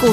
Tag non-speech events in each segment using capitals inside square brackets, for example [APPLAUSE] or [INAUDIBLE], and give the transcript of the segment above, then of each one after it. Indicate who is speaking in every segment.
Speaker 1: 股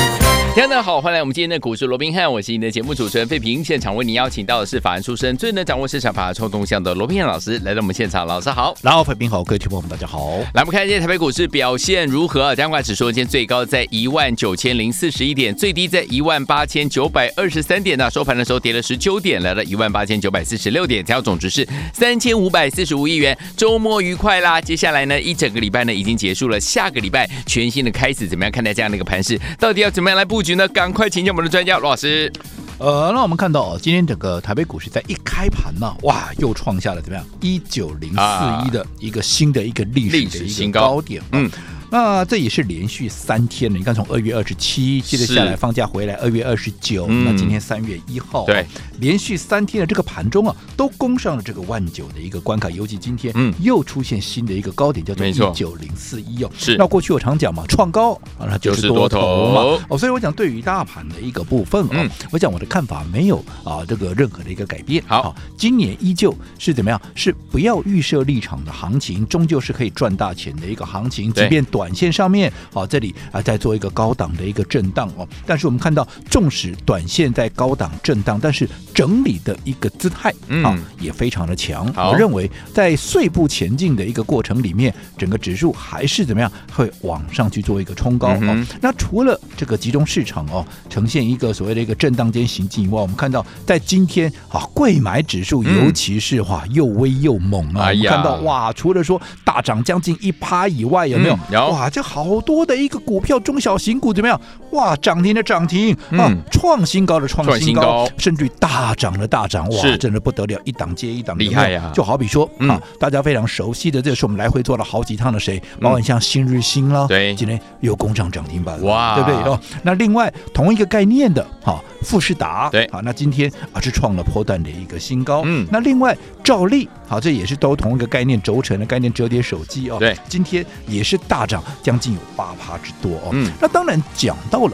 Speaker 2: 大家好，欢迎来我们今天的股市罗宾汉，我是你的节目主持人费平。现场为您邀请到的是法案出身、最能掌握市场法案冲动向的罗宾汉老师，来到我们现场。老师好，
Speaker 3: 然后，粉饼好，各位听众朋友们，大家好。
Speaker 2: 来我们看今天台北股市表现如何？加权指数今天最高在一万九千零四十一点，最低在一万八千九百二十三点呢、收盘的时候跌了十九点，来到一万八千九百四十六点，成交总值是三千五百四十五亿元。周末愉快啦！接下来呢，一整个礼拜呢已经结束了，下个礼拜全新的开始，怎么样看待这样的一个盘势？到底要怎么样来布局呢？赶快请教我们的专家罗老师。
Speaker 3: 呃，那我们看到哦，今天整个台北股市在一开盘呢、哇，又创下了怎么样一九零四
Speaker 2: 啊
Speaker 3: 一的一个新的一个历史
Speaker 2: 历史
Speaker 3: 的一
Speaker 2: 新
Speaker 3: 个
Speaker 2: 高
Speaker 3: 高点、
Speaker 2: 嗯
Speaker 3: 嗯。那这也是连续三天了，你看从二月二十七接着下来
Speaker 2: 是
Speaker 3: 放假回来，二月二十九，
Speaker 2: 嗯
Speaker 3: 那今天三月一号、
Speaker 2: 对，
Speaker 3: 连续三天的这个盘中啊，都攻上了这个万九的一个关卡，尤其今天
Speaker 2: 嗯
Speaker 3: 又出现新的一个高点，叫做
Speaker 2: 没
Speaker 3: 一
Speaker 2: 错
Speaker 3: 九零四一哦。
Speaker 2: 是
Speaker 3: 那过去我常讲嘛，创高啊，那就是
Speaker 2: 就是多
Speaker 3: 多头嘛
Speaker 2: 头。
Speaker 3: 哦，所以我讲对于大盘的一个部分哦，
Speaker 2: 嗯
Speaker 3: 我讲我的看法没有啊这个任何的一个改变。
Speaker 2: 好
Speaker 3: 今年依旧是怎么样？是不要预设立场的行情，终究是可以赚大钱的一个行情，
Speaker 2: 对
Speaker 3: 即便短线上面啊这里啊在做一个高档的一个震荡哦，但是我们看到，纵使短线在高档震荡，但是整理的一个姿态
Speaker 2: 嗯
Speaker 3: 啊也非常的强。
Speaker 2: 好
Speaker 3: 我认为在碎步前进的一个过程里面，整个指数还是怎么样会往上去做一个冲高、
Speaker 2: 嗯哼
Speaker 3: 哦。那除了这个集中市场哦，呈现一个所谓的一个震荡间行进以外，我们看到在今天啊，贵买指数
Speaker 2: 嗯
Speaker 3: 尤其是哇、又威又猛啊，
Speaker 2: 哎
Speaker 3: 我们
Speaker 2: 呀
Speaker 3: 看到哇，除了说大涨将近一趴以外，有没有？
Speaker 2: 嗯有
Speaker 3: 哇，这好多的一个股票，中小型股怎么样？哇，涨停的涨停、啊
Speaker 2: 嗯，
Speaker 3: 创新高的创
Speaker 2: 创新
Speaker 3: 新高
Speaker 2: 高，
Speaker 3: 甚至于大涨的大涨，哇
Speaker 2: 是，
Speaker 3: 真的不得了，一档接一档，
Speaker 2: 厉
Speaker 3: 有没有
Speaker 2: 害呀
Speaker 3: 就好比说、
Speaker 2: 嗯
Speaker 3: 啊，大家非常熟悉的，这是我们来回做了好几趟的谁，
Speaker 2: 嗯
Speaker 3: 包括像新日新啦，
Speaker 2: 对
Speaker 3: 今天又攻上涨停板了，
Speaker 2: 哇
Speaker 3: 对不对？哦，那另外同一个概念的，哈、富士达，
Speaker 2: 对
Speaker 3: 好，那今天啊是创了波段的一个新高，
Speaker 2: 嗯
Speaker 3: 那另外兆利，好，这也是都同一个概念轴承的概念折叠手机哦，
Speaker 2: 对，
Speaker 3: 今天也是大涨，将近有八趴之多哦，
Speaker 2: 嗯
Speaker 3: 那当然讲到了。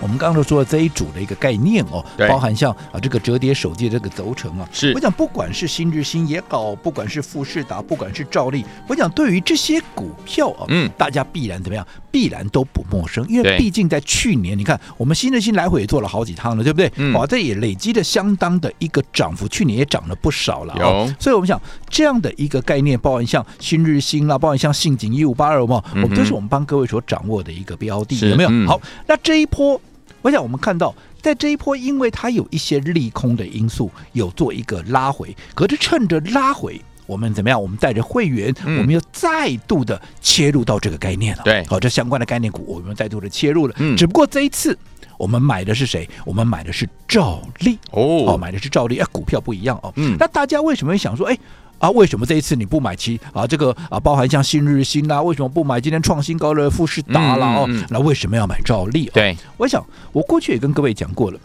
Speaker 3: 我们刚刚说的这一组的一个概念哦
Speaker 2: 对，
Speaker 3: 包含像啊这个折叠手机的这个轴承啊，
Speaker 2: 是
Speaker 3: 我讲不管是新日新也好，不管是富士达，不管是兆利，我讲对于这些股票啊，
Speaker 2: 嗯
Speaker 3: 大家必然怎么样，必然都不陌生，因
Speaker 2: 对
Speaker 3: 为毕竟在去年，你看我们新日新来回也做了好几趟了，对不对？
Speaker 2: 嗯
Speaker 3: 哇，这也累积了相当的一个涨幅，去年也涨了不少了、哦。
Speaker 2: 有
Speaker 3: 所以我们想这样的一个概念，包含像新日新啦，包含像信锦一五八二嘛，我
Speaker 2: 嗯哼
Speaker 3: 们都是我们帮各位所掌握的一个标的，
Speaker 2: 是
Speaker 3: 有没有？
Speaker 2: 嗯
Speaker 3: 好，那这一波，我想我们看到。在这一波，因为它有一些利空的因素，有做一个拉回，可是趁着拉回，我们怎么样？我们带着会员，
Speaker 2: 嗯
Speaker 3: 我们又再度的切入到这个概念了。
Speaker 2: 对
Speaker 3: 好、这相关的概念股，我们又再度的切入了。
Speaker 2: 嗯
Speaker 3: 只不过这一次，我们买的是谁？我们买的是兆利。哦，
Speaker 2: 哦，
Speaker 3: 买的是照例，哎、股票不一样哦。
Speaker 2: 嗯
Speaker 3: 那大家为什么会想说，哎？啊，为什么这一次你不买其啊？这个啊，包含像新日新啦、为什么不买今天创新高的富士达啦？哦，
Speaker 2: 嗯嗯嗯
Speaker 3: 那为什么要买照例、哦？，
Speaker 2: 对，
Speaker 3: 我想我过去也跟各位讲过了，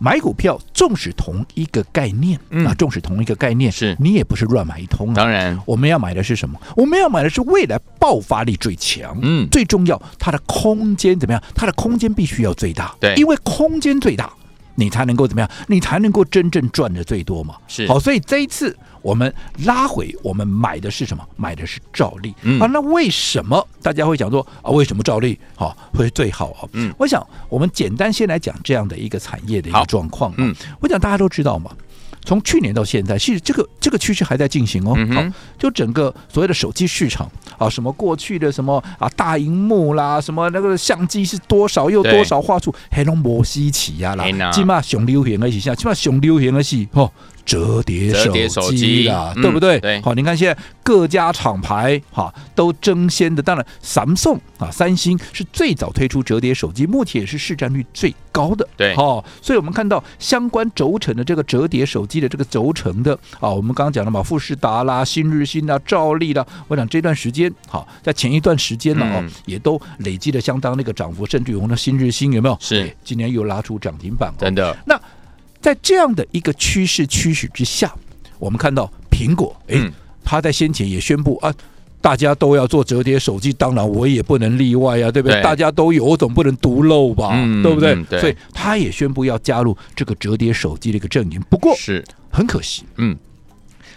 Speaker 3: 买股票纵使同一个概念，
Speaker 2: 嗯
Speaker 3: 啊，纵使同一个概念，
Speaker 2: 是
Speaker 3: 你也不是乱买一通啊。
Speaker 2: 当然，
Speaker 3: 我们要买的是什么？我们要买的是未来爆发力最强，
Speaker 2: 嗯
Speaker 3: 最重要，它的空间怎么样？它的空间必须要最大，
Speaker 2: 对
Speaker 3: 因为空间最大，你才能够怎么样？你才能够真正赚的最多嘛。
Speaker 2: 是
Speaker 3: 好，所以这一次我们拉回，我们买的是什么？买的是照例、
Speaker 2: 嗯
Speaker 3: 啊。那为什么大家会讲说啊？为什么照例好、会最好啊？
Speaker 2: 嗯，
Speaker 3: 我想我们简单先来讲这样的一个产业的一
Speaker 2: 好
Speaker 3: 个状况、
Speaker 2: 嗯，
Speaker 3: 我想大家都知道嘛。从去年到现在，其实这个这个趋势还在进行哦。
Speaker 2: 嗯哼
Speaker 3: 好就整个所谓的手机市场啊，什么过去的什么啊大荧幕啦，什么那个相机是多少又
Speaker 2: 对哎
Speaker 3: 多少画素，黑龙摩西奇啊呀啦
Speaker 2: 嘿呐，
Speaker 3: 起码熊流行的是啥？起码熊流行的是哦。折叠
Speaker 2: 折叠手
Speaker 3: 手机啦，
Speaker 2: 机
Speaker 3: 对不对？
Speaker 2: 嗯对
Speaker 3: 好，你看现在各家厂牌哈、都争先的，当然，Samsung 啊，三星是最早推出折叠手机，目前也是市占率最高的。
Speaker 2: 对
Speaker 3: 哦，所以我们看到相关轴承的这个折叠手机的这个轴承的啊，我们刚刚讲了嘛，富士达啦、新日新啦、兆利啦，我想这段时间好，在前一段时间呢、
Speaker 2: 嗯
Speaker 3: 哦，也都累积了相当那个涨幅，甚至于我们的新日新有没有？
Speaker 2: 是
Speaker 3: 哎今年又拉出涨停板、哦，
Speaker 2: 真的，
Speaker 3: 那在这样的一个趋势驱使之下，我们看到苹果，哎、
Speaker 2: 嗯
Speaker 3: 它在先前也宣布啊，大家都要做折叠手机，当然我也不能例外啊，对不对？
Speaker 2: 对
Speaker 3: 大家都有，我总不能独漏吧，
Speaker 2: 嗯
Speaker 3: 对不对？
Speaker 2: 嗯对
Speaker 3: 所以他也宣布要加入这个折叠手机的一个阵营。不过
Speaker 2: 是，
Speaker 3: 很可惜，
Speaker 2: 嗯，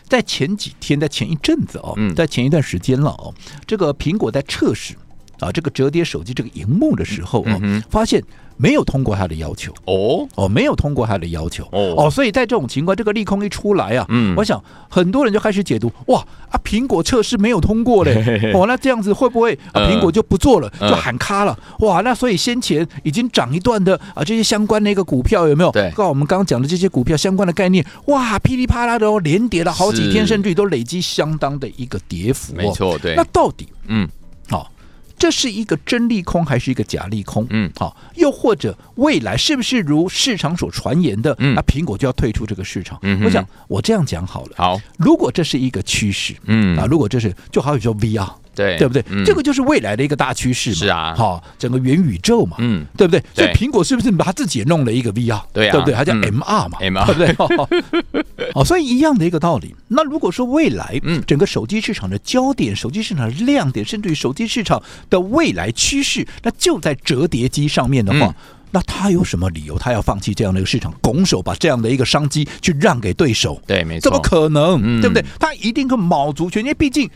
Speaker 3: 在前几天，在前一阵子哦，
Speaker 2: 嗯
Speaker 3: 在前一段时间了哦，这个苹果在测试啊这个折叠手机这个荧幕的时候哦，
Speaker 2: 嗯哼
Speaker 3: 发现没有通过它的要求。
Speaker 2: 哦，
Speaker 3: 哦，没有通过他的要求
Speaker 2: 哦
Speaker 3: 所以在这种情况，这个利空一出来啊，
Speaker 2: 嗯
Speaker 3: 我想很多人就开始解读，哇啊，苹果测试没有通过嘞，哦，那这样子会不会、啊、
Speaker 2: 嗯
Speaker 3: 苹果就不做了，
Speaker 2: 嗯
Speaker 3: 就喊卡了？哇，那所以先前已经涨一段的啊这些相关的一个股票有没有？
Speaker 2: 对
Speaker 3: 刚好我们刚刚讲的这些股票相关的概念，哇，噼里啪啦的哦，连跌了好几天，
Speaker 2: 是
Speaker 3: 甚至于都累积相当的一个跌幅、哦，
Speaker 2: 没。错，对
Speaker 3: 那，到底
Speaker 2: 嗯，
Speaker 3: 好、这是一个真利空还是一个假利空？
Speaker 2: 嗯
Speaker 3: 好、又或者未来是不是如市场所传言的，
Speaker 2: 嗯
Speaker 3: 那苹果就要退出这个市场？
Speaker 2: 嗯哼
Speaker 3: 我想我这样讲好了。
Speaker 2: 好，
Speaker 3: 如果这是一个趋势，
Speaker 2: 嗯
Speaker 3: 啊，，如果这是就好比说 VR，
Speaker 2: 对，
Speaker 3: 对不对、
Speaker 2: 嗯
Speaker 3: 这个就是未来的一个大趋势嘛。
Speaker 2: 是啊
Speaker 3: 好、整个元宇宙嘛。
Speaker 2: 嗯，
Speaker 3: 对不对？所以
Speaker 2: 对
Speaker 3: 苹果是不是把它自己也弄了一个 VR？
Speaker 2: 对啊
Speaker 3: 对不对？它叫
Speaker 2: 嗯
Speaker 3: MR 嘛、
Speaker 2: MR
Speaker 3: 对不对？ [LAUGHS] 哦，所以一样的一个道理。那如果说未来，
Speaker 2: 嗯
Speaker 3: 整个手机市场的焦点、手机市场的亮点，甚至于手机市场的未来趋势，那就在折叠机上面的话。
Speaker 2: 嗯
Speaker 3: 那他有什么理由？他要放弃这样的一个市场，拱手把这样的一个商机去让给对手？
Speaker 2: 对，没错，
Speaker 3: 怎么可能？
Speaker 2: 嗯
Speaker 3: 对不对？他一定会卯足全力，因为毕竟。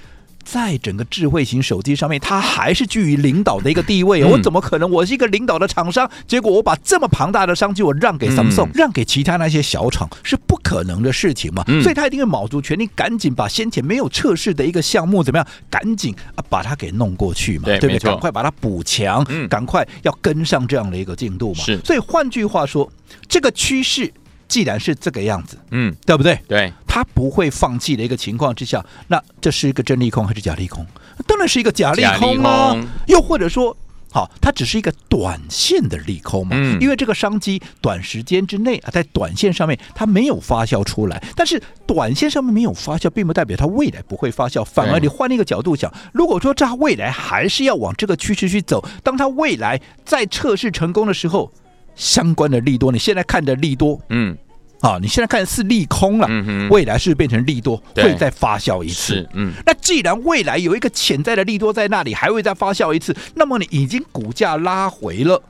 Speaker 3: 在整个智慧型手机上面，它还是居于领导的一个地位。
Speaker 2: 嗯
Speaker 3: 我怎么可能？我是一个领导的厂商，结果我把这么庞大的商机我让给
Speaker 2: 嗯
Speaker 3: Samsung，、让给其他那些小厂，是不可能的事情嘛。
Speaker 2: 嗯
Speaker 3: 所以他一定会卯足全力，赶紧把先前没有测试的一个项目怎么样，赶紧啊把它给弄过去嘛，
Speaker 2: 对
Speaker 3: 不对？
Speaker 2: 没错
Speaker 3: 赶快把它补强，
Speaker 2: 嗯
Speaker 3: 赶快要跟上这样的一个进度嘛。
Speaker 2: 是
Speaker 3: 所以换句话说，这个趋势既然是这个样子，
Speaker 2: 嗯，
Speaker 3: 对不对？
Speaker 2: 对，
Speaker 3: 他不会放弃的一个情况之下，那这是一个真利空还是假利空？当然是一个假利空
Speaker 2: 假
Speaker 3: 啊
Speaker 2: 利空！
Speaker 3: 又或者说，好，它只是一个短线的利空嘛，
Speaker 2: 嗯
Speaker 3: 因为这个商机短时间之内啊，在短线上面它没有发酵出来，但是短线上面没有发酵，并不代表它未来不会发酵，反而
Speaker 2: 对
Speaker 3: 你换一个角度想，如果说它未来还是要往这个趋势去走，当它未来在测试成功的时候。相关的利多，你现在看的利多
Speaker 2: 嗯，
Speaker 3: 啊，你现在看是利空了，
Speaker 2: 嗯哼
Speaker 3: 未来是不是变成利多，
Speaker 2: 对
Speaker 3: 会再发酵一次
Speaker 2: 是。，嗯，
Speaker 3: 那既然未来有一个潜在的利多在那里，还会再发酵一次，那么你已经股价拉回了，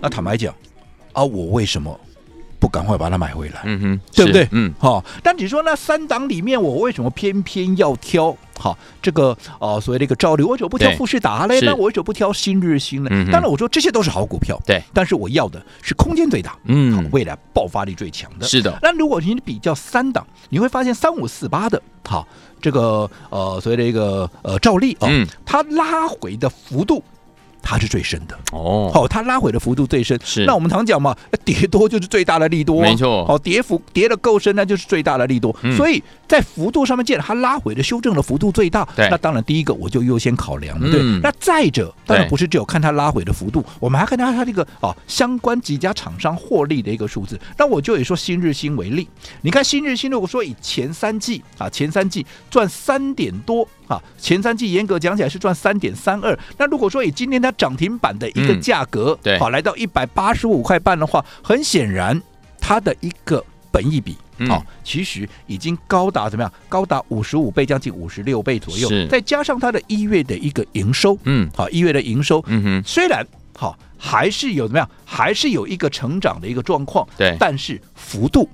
Speaker 3: 那坦白讲，啊，我为什么不赶快把它买回来？
Speaker 2: 嗯哼，
Speaker 3: 对
Speaker 2: 是
Speaker 3: 不对？
Speaker 2: 嗯，
Speaker 3: 好、但你说那三档里面，我为什么偏偏要挑？好，这个哦、所谓的一个照例，我为什么不挑
Speaker 2: 对
Speaker 3: 富士达嘞？
Speaker 2: 是
Speaker 3: 那我为什么不挑新日新呢？
Speaker 2: 嗯哼
Speaker 3: 当然，我说这些都是好股票，
Speaker 2: 对，
Speaker 3: 但是我要的是空间最大，
Speaker 2: 嗯
Speaker 3: 好未来爆发力最强的。
Speaker 2: 是的，
Speaker 3: 那如果你比较三档，你会发现三五四八的，好，这个呃所谓的一个呃照例啊、哦
Speaker 2: 嗯
Speaker 3: 它拉回的幅度。它是最深的，
Speaker 2: 哦，
Speaker 3: 好、它拉回的幅度最深。
Speaker 2: 是
Speaker 3: 那我们常讲嘛，呃跌多就是最大的利多啊、
Speaker 2: 没错
Speaker 3: 好、跌幅跌的够深，那就是最大的利多。
Speaker 2: 嗯
Speaker 3: 所以在幅度上面，既然它拉回的修正的幅度最大，
Speaker 2: 对
Speaker 3: 那当然第一个我就优先考量了，对。
Speaker 2: 嗯
Speaker 3: 那再者，当然
Speaker 2: 对
Speaker 3: 不是只有看它拉回的幅度，我们还看它它这个啊相关几家厂商获利的一个数字。那我就以说新日新为例，你看新日新如果说以前三季啊前三季赚三点多啊，前三季严格讲起来是赚三点三二，那如果说以今天它涨停板的一个
Speaker 2: 嗯
Speaker 3: 价格，
Speaker 2: 对
Speaker 3: 好，来到一百八十五块半的话，很显然它的一个本益比。
Speaker 2: 嗯
Speaker 3: 好、其实已经高达怎么样？高达五十五倍，将近五十六倍左右
Speaker 2: 是。
Speaker 3: 再加上它的一月的一个营收，
Speaker 2: 嗯
Speaker 3: 好、一月的营收、
Speaker 2: 嗯哼，
Speaker 3: 虽然好、还是有怎么样？还是有一个成长的一个状况，
Speaker 2: 对
Speaker 3: 但是幅度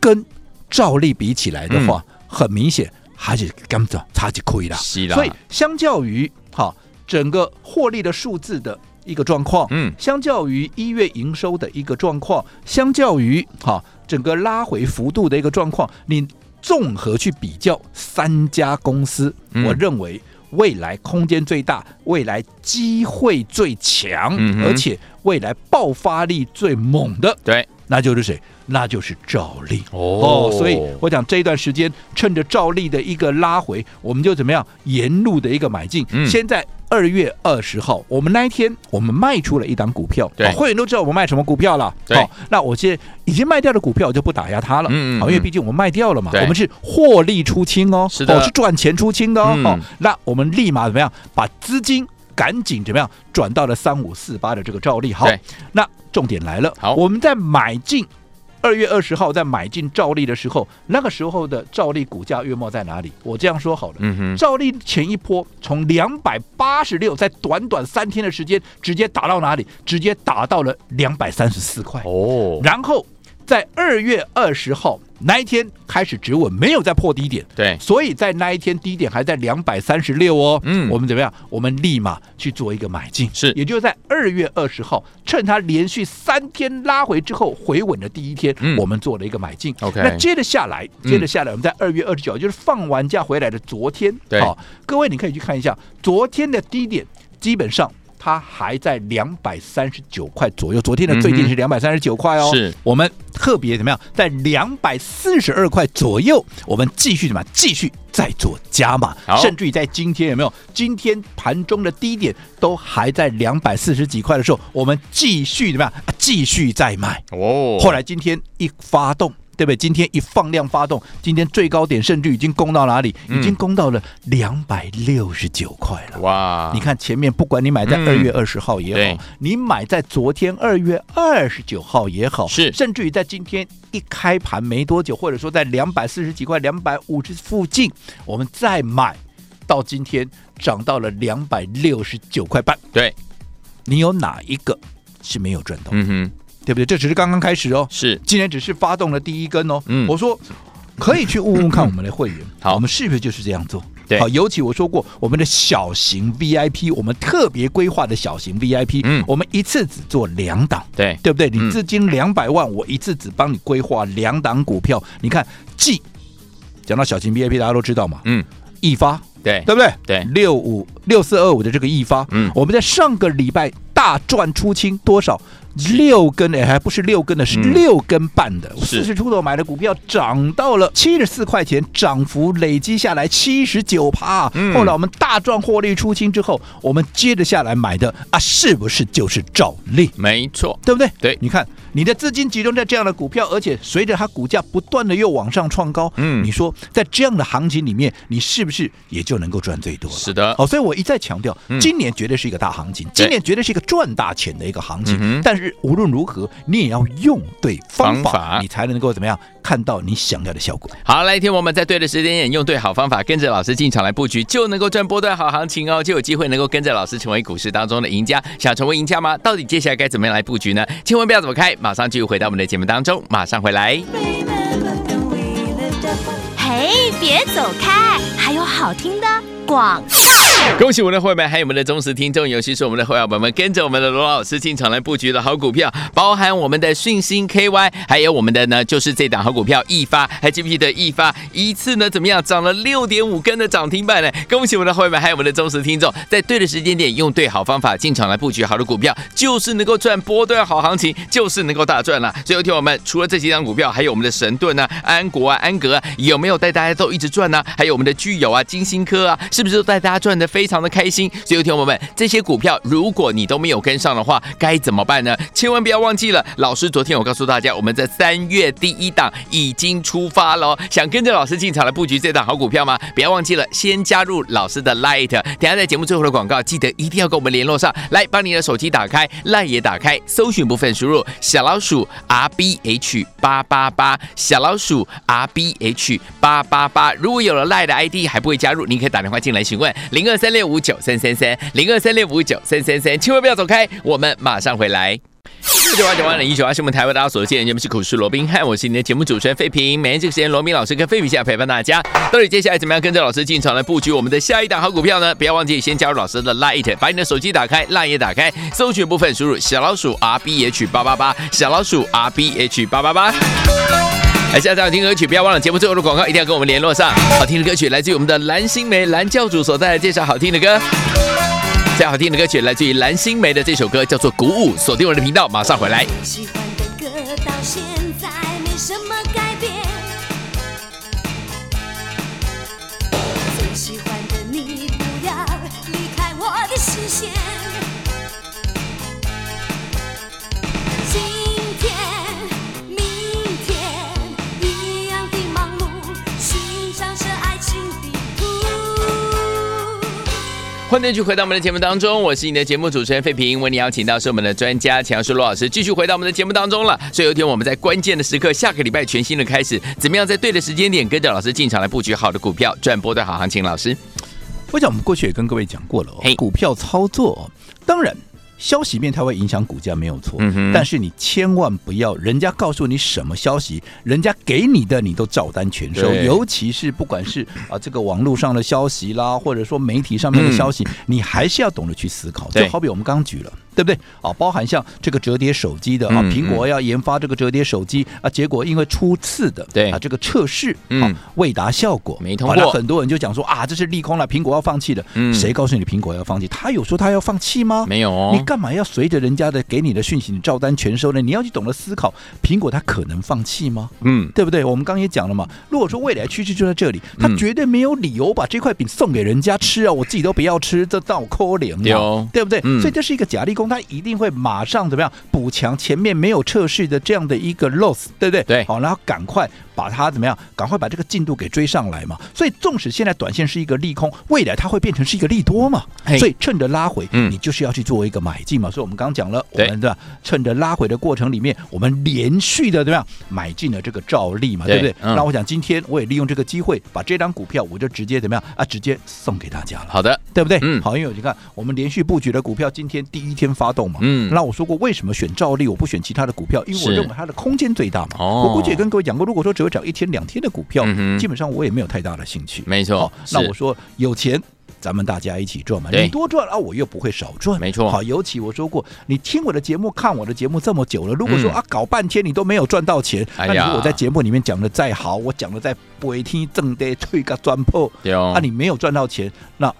Speaker 3: 跟照例比起来的
Speaker 2: 嗯
Speaker 3: 话，很明显还是根本差距亏了。
Speaker 2: 是啦，
Speaker 3: 啊所以相较于好、整个获利的数字的一个状况，
Speaker 2: 嗯
Speaker 3: 相较于一月营收的一个状况，相较于好、整个拉回幅度的一个状况，你综合去比较三家公司，
Speaker 2: 嗯
Speaker 3: 我认为。未来空间最大，未来机会最强，
Speaker 2: 嗯哼
Speaker 3: 而且未来爆发力最猛的，
Speaker 2: 对，
Speaker 3: 那就是谁？那就是赵丽
Speaker 2: 哦
Speaker 3: 所以我讲这一段时间，趁着赵丽的一个拉回，我们就怎么样沿路的一个买进。
Speaker 2: 嗯
Speaker 3: 现在二月二十号，我们那一天我们卖出了一档股票，
Speaker 2: 对
Speaker 3: 好会员都知道我们卖什么股票了。
Speaker 2: 对
Speaker 3: 那我现在已经卖掉的股票我就不打压它了，哦
Speaker 2: 嗯嗯
Speaker 3: 好，因为
Speaker 2: 嗯
Speaker 3: 毕竟我们卖掉了嘛，
Speaker 2: 对
Speaker 3: 我们是获利出清哦，
Speaker 2: 是的
Speaker 3: 哦是赚钱出清的哦。
Speaker 2: 嗯
Speaker 3: 哦那我们立马怎么样把资金赶紧怎么样转到了三五四八的这个照例好
Speaker 2: 对，
Speaker 3: 那重点来了，
Speaker 2: 好
Speaker 3: 我们在买进二月二十号在买进照例的时候，那个时候的照例股价月末在哪里？我这样说好了，
Speaker 2: 嗯哼
Speaker 3: 照例前一波从两百八十六，在短短三天的时间，直接打到哪里？直接打到了两百三十四块。
Speaker 2: 哦，
Speaker 3: 然后在二月二十号那一天开始止稳，没有再破低点。
Speaker 2: 对
Speaker 3: 所以在那一天低点还在两百三十六哦，
Speaker 2: 嗯
Speaker 3: 我们怎么样？我们立马去做一个买进，
Speaker 2: 是
Speaker 3: 也就是在二月二十号，趁它连续三天拉回之后回稳的第一天，
Speaker 2: 嗯
Speaker 3: 我们做了一个买进。
Speaker 2: OK
Speaker 3: 那接着下来，
Speaker 2: 嗯
Speaker 3: 接着下来，我们在二月二十九，就是放完假回来的昨天，
Speaker 2: 对
Speaker 3: 各位你可以去看一下昨天的低点，基本上。它还在两百三十九块左右，昨天的最
Speaker 2: 嗯
Speaker 3: 低
Speaker 2: 哼
Speaker 3: 是两百三十九块哦。
Speaker 2: 是
Speaker 3: 我们特别怎么样，在两百四十二块左右，我们继续怎么样？继续再做加码
Speaker 2: 好，
Speaker 3: 甚至于在今天有没有？今天盘中的低点都还在两百四十几块的时候，我们继续怎么样？啊继续再买。
Speaker 2: 哦，
Speaker 3: 后来今天一发动。对不对？今天一放量发动，今天最高点甚至已经攻到哪里？
Speaker 2: 嗯
Speaker 3: 已经攻到了两百六十九块了。
Speaker 2: 哇，
Speaker 3: 啊你看前面，不管你买在
Speaker 2: 嗯
Speaker 3: 二月二十号也
Speaker 2: 对
Speaker 3: 好，你买在昨天二月二十九号也好，
Speaker 2: 是
Speaker 3: 甚至于在今天一开盘没多久，或者说在两百四十几块、两百五十附近，我们再买，到今天涨到了两百六十九块半，
Speaker 2: 对，
Speaker 3: 你有哪一个是没有赚到的？
Speaker 2: 嗯哼，
Speaker 3: 对不对？这只是刚刚开始哦，
Speaker 2: 是
Speaker 3: 今天只是发动了第一根哦。
Speaker 2: 嗯
Speaker 3: 我说可以去问问看我们的会员，
Speaker 2: [LAUGHS] 好
Speaker 3: 我们是不是就是这样做？
Speaker 2: 对
Speaker 3: 好，尤其我说过，我们的小型 VIP，我们特别规划的小型 VIP，
Speaker 2: 嗯
Speaker 3: 我们一次只做两档，
Speaker 2: 对
Speaker 3: 对不对？
Speaker 2: 嗯
Speaker 3: 你资金两百万，我一次只帮你规划两档股票。你看，既讲到小型 VIP，大家都知道嘛，
Speaker 2: 嗯，
Speaker 3: 易发
Speaker 2: 对
Speaker 3: 对不对？
Speaker 2: 对
Speaker 3: 六五六四二五的这个易发，
Speaker 2: 嗯
Speaker 3: 我们在上个礼拜大赚出清多少？六根的，哎还不是六根的，是
Speaker 2: 嗯
Speaker 3: 六根半的，
Speaker 2: 是
Speaker 3: 四十出头买的股票涨到了七十四块钱，涨幅累积下来七十九趴。
Speaker 2: 嗯
Speaker 3: 后来我们大赚获利出清之后，我们接着下来买的啊，是不是就是照例？
Speaker 2: 没错，
Speaker 3: 对不对？
Speaker 2: 对
Speaker 3: 你看你的资金集中在这样的股票，而且随着它股价不断的又往上创高，
Speaker 2: 嗯
Speaker 3: 你说在这样的行情里面，你是不是也就能够赚最多了？
Speaker 2: 是的
Speaker 3: 好、所以我一再强调
Speaker 2: 嗯，
Speaker 3: 今年绝对是一个大行情，今年绝对是一个赚大钱的一个行情。
Speaker 2: 嗯哼
Speaker 3: 但是无论如何，你也要用对方
Speaker 2: 方
Speaker 3: 法，
Speaker 2: 法
Speaker 3: 你才能够怎么样看到你想要的效果。
Speaker 2: 好，来，听我们在对的时间点，用对好方法，跟着老师进场来布局，就能够赚波段好行情哦，就有机会能够跟着老师成为股市当中的赢家。想成为赢家吗？到底接下来该怎么样来布局呢？千万不要走开，马上就回到我们的节目当中，马上回来。
Speaker 1: 嘿，别走开，还有好听的广。
Speaker 2: [LAUGHS] 恭喜我们的会员，还有我们的忠实听众，尤其是我们的会员宝宝们，跟着我们的罗老师进场来布局的好股票，包含我们的讯星 KY，还有我们的呢，就是这档好股票易发，还记不记得易发一次呢怎么样涨了六点五根的涨停板呢？恭喜我们的会员，还有我们的忠实听众，在对的时间点用对好方法进场来布局好的股票，就是能够赚波段好行情，就是能够大赚了。所以，听我们除了这几档股票，还有我们的神盾啊、安国啊、安格啊，有没有带大家都一直赚呢、还有我们的巨友啊、金星科啊，是不是都带大家赚的非常的开心？所以，听我们这些股票，如果你都没有跟上的话，该怎么办呢？千万不要忘记了，老师昨天有告诉大家，我们在三月第一档已经出发了哦，想跟着老师进场来布局这档好股票吗？不要忘记了，先加入老师的 Light，等一下在节目最后的广告，记得一定要跟我们联络上来，把你的手机打开，Light 也打开，搜寻部分输入小老鼠 R B H 八八八，小老鼠 R B H 八八八。如果有了 Light 的 ID 还不会加入，您可以打电话进来询问零二三六五九三三三零二三六五九三三三，千万不要走开，我们马上回来。四九八九八零一九八是我们台湾大家所见，节目是股市罗宾汉，我是你的节目主持人费平。每天这个时间，罗宾老师跟费平一下陪伴大家。到底接下来怎么样跟着老师进场来布局我们的下一档好股票呢？不要忘记先加入老师的 Light，把你的手机打开，Light 也打开，搜寻部分输入小老鼠 R B H 八八八，小老鼠 R B H 八八八。来，下场听歌曲，不要忘了节目最后的广告，一定要跟我们联络上。好听的歌曲来自于我们的蓝心湄蓝教主所带来介绍好听的歌。最好听的歌曲来自于蓝心湄的这首歌，叫做《鼓舞》。锁定我的频道，马上回来。
Speaker 4: 喜欢的歌到现在没什么改变，最喜欢的你不要离开我的视线。今天、明天一样的忙碌，寻找着爱情的途。
Speaker 2: 欢迎继续回到我们的节目当中，我是你的节目主持人费平，为你邀请到是我们的专家强叔罗老师，继续回到我们的节目当中了。所以有一天我们在关键的时刻，下个礼拜全新的开始，怎么样在对的时间点跟着老师进场来布局好的股票，赚波段好行情？老师，
Speaker 3: 我想我们过去也跟各位讲过了、哦
Speaker 2: 嘿，
Speaker 3: 股票操作、哦，当然消息面它会影响股价没有错，
Speaker 2: 嗯哼
Speaker 3: 但是你千万不要人家告诉你什么消息，人家给你的你都照单全收，
Speaker 2: 对
Speaker 3: 尤其是不管
Speaker 2: [LAUGHS]
Speaker 3: 是啊这个网络上的消息啦，或者说媒体上面的消息，你还是要懂得去思考。
Speaker 2: 嗯对
Speaker 3: 就好比我们刚举了。对不对？啊，包含像这个折叠手机的啊，
Speaker 2: 嗯
Speaker 3: 苹果要研发这个折叠手机啊，结果因为初次的
Speaker 2: 对
Speaker 3: 啊这个测试啊
Speaker 2: 嗯
Speaker 3: 未达效果，
Speaker 2: 没通
Speaker 3: 啊那
Speaker 2: 过
Speaker 3: 很很多人就讲说啊，这是利空了，苹果要放弃了。
Speaker 2: 嗯
Speaker 3: 谁告诉你苹果要放弃？他有说他要放弃吗？
Speaker 2: 没有哦
Speaker 3: 你干嘛要随着人家的给你的讯息你照单全收呢？你要去懂得思考，苹果它可能放弃吗？
Speaker 2: 嗯，
Speaker 3: 对不对？我们刚刚也讲了嘛，如果说未来趋势就在这里，他
Speaker 2: 嗯
Speaker 3: 绝对没有理由把这块饼送给人家吃啊，我自己都不要吃，这让我扣零
Speaker 2: 对
Speaker 3: 啊
Speaker 2: 哦，
Speaker 3: 对不对？
Speaker 2: 嗯
Speaker 3: 所以这是一个假利空，他一定会马上怎么样补强前面没有测试的这样的一个 loss，对不对？
Speaker 2: 对
Speaker 3: 好，然后赶快把它怎么样？赶快把这个进度给追上来嘛。所以纵使现在短线是一个利空，未来它会变成是一个利多嘛
Speaker 2: 嘿。
Speaker 3: 所以趁着拉回，
Speaker 2: 嗯
Speaker 3: 你就是要去做一个买进嘛。所以我们刚刚讲了，我
Speaker 2: 对
Speaker 3: 们的趁着拉回的过程里面，我们连续的对吧买进了这个照例嘛。对不
Speaker 2: 对
Speaker 3: 对？
Speaker 2: 嗯
Speaker 3: 那我想今天我也利用这个机会，把这张股票我就直接怎么样啊？直接送给大家了，
Speaker 2: 好的，
Speaker 3: 对不对？
Speaker 2: 嗯
Speaker 3: 好，因为你看我们连续布局的股票，今天第一天发动嘛，
Speaker 2: 嗯
Speaker 3: 那我说过为什么选照例，我不选其他的股票，因为我
Speaker 2: 是
Speaker 3: 认为它的空间最大嘛。
Speaker 2: 哦
Speaker 3: 我估计也跟各位讲过，如果说只有涨一天两天的股票，
Speaker 2: 嗯哼
Speaker 3: 基本上我也没有太大的兴趣。
Speaker 2: 没错
Speaker 3: 好，那
Speaker 2: 是
Speaker 3: 我说有钱。咱们大家一起赚嘛，
Speaker 2: 对
Speaker 3: 你多赚啊，我又不会少赚，
Speaker 2: 没错
Speaker 3: 好，尤其我说过，你听我的节目、看我的节目这么久了，如果说、
Speaker 2: 嗯
Speaker 3: 啊搞半天你都没有赚到钱，
Speaker 2: 哎
Speaker 3: 那你
Speaker 2: 呀
Speaker 3: 如果在节目里面讲的再好，我讲的再不听正得吹个砖破，
Speaker 2: 对哦
Speaker 3: 啊，你没有赚到钱，那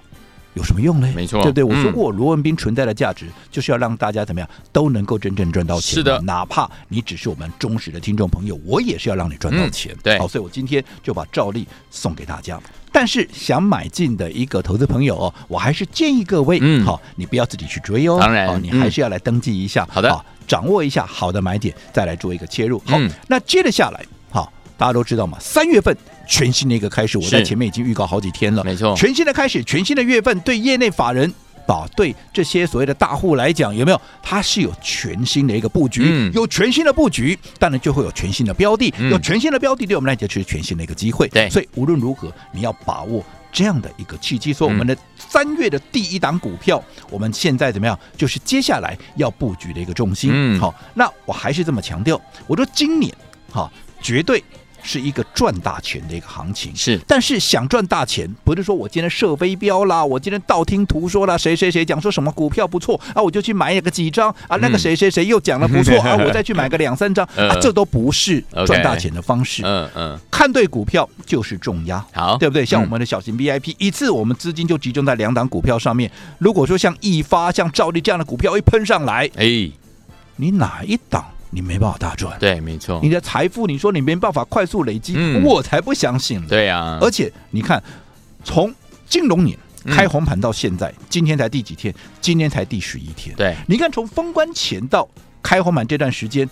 Speaker 3: 有什么用呢？
Speaker 2: 没错
Speaker 3: 对不对？我说
Speaker 2: 嗯
Speaker 3: 过，罗文斌存在的价值就是要让大家怎么样都能够真正赚到钱。
Speaker 2: 是的
Speaker 3: 哪怕你只是我们忠实的听众朋友，我也是要让你赚到钱。
Speaker 2: 嗯对
Speaker 3: 好，所以我今天就把照例送给大家。但是想买进的一个投资朋友哦，我还是建议各位，
Speaker 2: 嗯
Speaker 3: 好，你不要自己去追哦，
Speaker 2: 当然
Speaker 3: 哦你
Speaker 2: 嗯
Speaker 3: 还是要来登记一下，
Speaker 2: 好的
Speaker 3: 掌握一下好的买点，再来做一个切入。好，
Speaker 2: 嗯
Speaker 3: 那接着下来，好，大家都知道嘛，三月份全新的一个开始，我在
Speaker 2: 是
Speaker 3: 前面已经预告好几天了，
Speaker 2: 没错
Speaker 3: 全新的开始，全新的月份，对业内法人。啊，对这些所谓的大户来讲，有没有？它是有全新的一个布局，
Speaker 2: 嗯
Speaker 3: 有全新的布局，当然就会有全新的标的，
Speaker 2: 嗯
Speaker 3: 有全新的标的，对我们来讲就是全新的一个机会。
Speaker 2: 对
Speaker 3: 所以无论如何，你要把握这样的一个契机。所以我们的三月的第一档股票，我们现在怎么样？就是接下来要布局的一个重心。
Speaker 2: 嗯
Speaker 3: 好，那我还是这么强调，我说今年哈、绝对是一个赚大钱的一个行情。
Speaker 2: 是
Speaker 3: 但是想赚大钱，不是说我今天射飞镖啦，我今天道听途说啦，谁谁谁讲说什么股票不错啊，我就去买个几张啊，那个
Speaker 2: 嗯
Speaker 3: 谁谁谁又讲了不错、
Speaker 2: [LAUGHS]
Speaker 3: 啊，我再去买个两三张、啊
Speaker 2: 呃，
Speaker 3: 这都不是
Speaker 2: OK
Speaker 3: 赚大钱的方式。
Speaker 2: 嗯嗯，
Speaker 3: 看对股票就是重压，
Speaker 2: 好，
Speaker 3: 对不对？像我
Speaker 2: 嗯
Speaker 3: 们的小型 VIP，、一次我们资金就集中在两档股票上面。如果说像易发、像兆利这样的股票一喷上来，
Speaker 2: 哎，
Speaker 3: 你哪一档你没办法大赚？
Speaker 2: 对，没错
Speaker 3: 你，的财富，你说你没办法快速累积，
Speaker 2: 哦嗯
Speaker 3: 我才不相信呢。
Speaker 2: 对啊，
Speaker 3: 而且你看，从金融年
Speaker 2: 嗯
Speaker 3: 开红盘到现在，今天才第几天？今天才第十一天。
Speaker 2: 对，
Speaker 3: 你看从封关前到开红盘这段时间，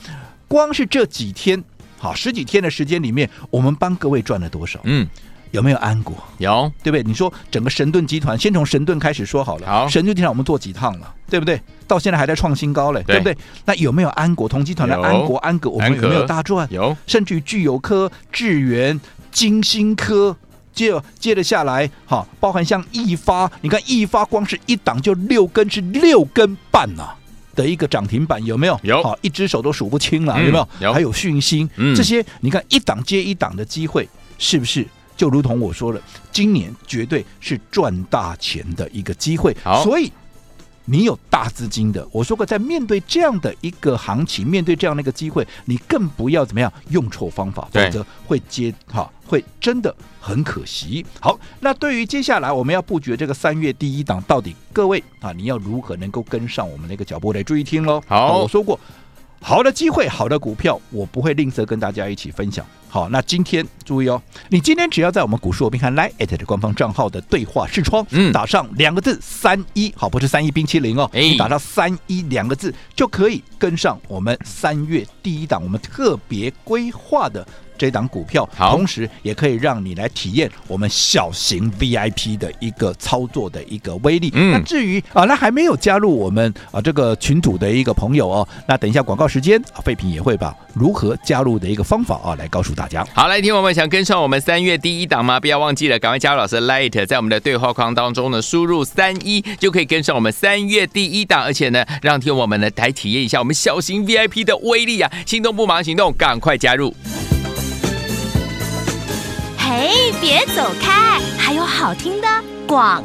Speaker 3: 光是这几天，好十几天的时间里面，我们帮各位赚了多少？
Speaker 2: 嗯，
Speaker 3: 有没有安国？
Speaker 2: 有，
Speaker 3: 对不对？你说整个神盾集团，先从神盾开始说好了。
Speaker 2: 好
Speaker 3: 神盾集团我们做几趟了，对不对？到现在还在创新高嘞，
Speaker 2: 对
Speaker 3: 对不对？那有没有安国同集团的
Speaker 2: 有
Speaker 3: 安国、安格，我们
Speaker 2: 安
Speaker 3: 有没
Speaker 2: 格
Speaker 3: 有大赚？
Speaker 2: 有，
Speaker 3: 甚至于具有科、智源、金星科。接接着下来，好，包含像易发，你看易发光是一档就六根，是六根半呐、的一个涨停板，有没有？
Speaker 2: 有
Speaker 3: 好，一只手都数不清了，
Speaker 2: 嗯
Speaker 3: 有没有？
Speaker 2: 有
Speaker 3: 还有讯星，
Speaker 2: 嗯
Speaker 3: 这些你看一档接一档的机会，是不是？就如同我说了，今年绝对是赚大钱的一个机会
Speaker 2: 好，
Speaker 3: 所以你有大资金的，我说过，在面对这样的一个行情，面对这样的一个机会，你更不要怎么样用错方法，否
Speaker 2: 对
Speaker 3: 则会接哈会真的很可惜。好，那对于接下来我们要布局的这个三月第一档，到底各位啊，你要如何能够跟上我们的一个脚步来注意听喽？
Speaker 2: 好
Speaker 3: 我说过。好的机会，好的股票，我不会吝啬跟大家一起分享。好，那今天注意哦，你今天只要在我们股市罗宾汉 Line at 的官方账号的对话视窗，
Speaker 2: 嗯
Speaker 3: 打上两个字三一，好，不是三一冰淇淋哦，
Speaker 2: 哎
Speaker 3: 你打上三一两个字就可以跟上我们三月第一档我们特别规划的。这档股票，
Speaker 2: 好
Speaker 3: 同时也可以让你来体验我们小型 VIP 的一个操作的一个威力。
Speaker 2: 嗯
Speaker 3: 那至于啊，那还没有加入我们啊这个群组的一个朋友哦，那等一下广告时间啊，废品也会把如何加入的一个方法啊来告诉大家。
Speaker 2: 好，来，听众朋友们想跟上我们三月第一档吗？不要忘记了，赶快加入老师 Light，在我们的对话框当中呢，输入三一就可以跟上我们三月第一档，而且呢，让听我们呢来体验一下我们小型 VIP 的威力啊！心动不忙行动，赶快加入。
Speaker 1: 嘿，别走开，还有好听的广。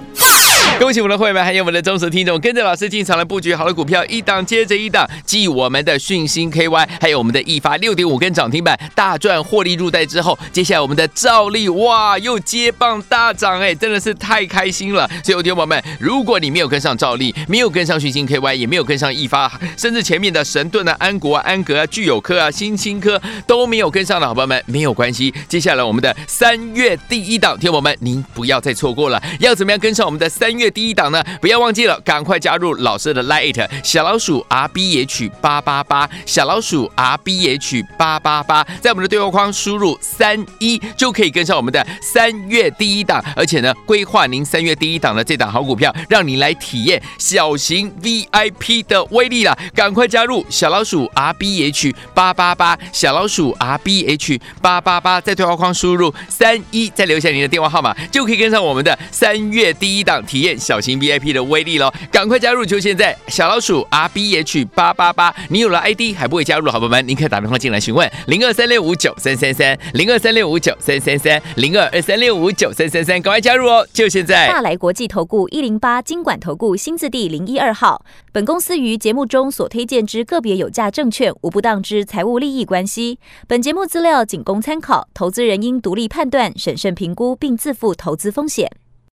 Speaker 2: 恭喜我们的会员，还有我们的忠实听众，跟着老师进场来布局好的股票，一档接着一档，继我们的讯星 KY，还有我们的易发六点五根涨停板大赚获利入袋之后，接下来我们的照例哇又接棒大涨哎，真的是太开心了！所以，有听众朋友们，如果你没有跟上照例，没有跟上讯星 KY，也没有跟上易发，甚至前面的神盾啊、安国啊、安格啊、聚友科啊、新兴科都没有跟上的好朋友们，没有关系，接下来我们的三月第一档，听众朋友们，您不要再错过了。要怎么样跟上我们的三月第一档呢？不要忘记了，赶快加入老师的 Lite 小老鼠 R B H 八八八，小老鼠 R B H 八八八，在我们的对话框输入三一就可以跟上我们的三月第一档，而且呢，规划您三月第一档的这档好股票，让您来体验小型 V I P 的威力啦！赶快加入小老鼠 R B H 八八八，小老鼠 R B H 八八八，在对话框输入三一，再留下您的电话号码，就可以跟上我们的三月第一档体验小型 VIP 的威力喽！赶快加入，就现在！小老鼠 R B H 八八八，你有了 ID 还不会加入的好朋友们，您可以打电话进来询问零二三六五九三三三零二三六五九三三三零二二三六五九三三三，赶快加入哦，就现在！
Speaker 5: 大来国际投顾一零八金管投顾新字第零一二号。本公司于节目中所推荐之个别有价证券，无不当之财务利益关系。本节目资料仅供参考，投资人应独立判断、审慎评估，并自负投资风险。